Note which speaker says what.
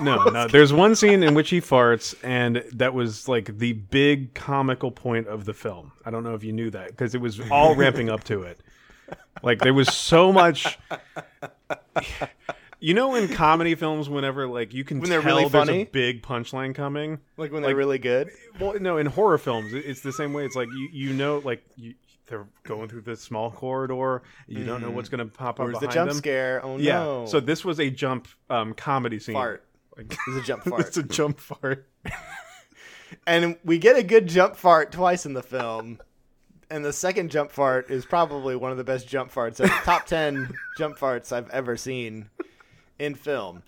Speaker 1: No, no. There's one scene in which he farts, and that was like the big comical point of the film. I don't know if you knew that because it was all ramping up to it. Like there was so much. You know, in comedy films, whenever like you can
Speaker 2: When they're
Speaker 1: tell
Speaker 2: really
Speaker 1: there's
Speaker 2: funny?
Speaker 1: a big punchline coming.
Speaker 2: Like when they're really good.
Speaker 1: Well, no, in horror films, it- it's the same way. It's like you, you know, like you, they're going through this small corridor. You don't know what's going to pop up
Speaker 2: Where's Mm. the
Speaker 1: behind
Speaker 2: jump
Speaker 1: them.
Speaker 2: scare? Oh
Speaker 1: Yeah.
Speaker 2: no!
Speaker 1: So this was a jump um, comedy scene.
Speaker 2: fart.
Speaker 1: Like,
Speaker 2: It's a jump
Speaker 1: it's
Speaker 2: fart,
Speaker 1: a jump fart.
Speaker 2: and we get a good jump fart twice in the film. And the second jump fart is probably one of the best jump farts, of top ten jump farts I've ever seen in film.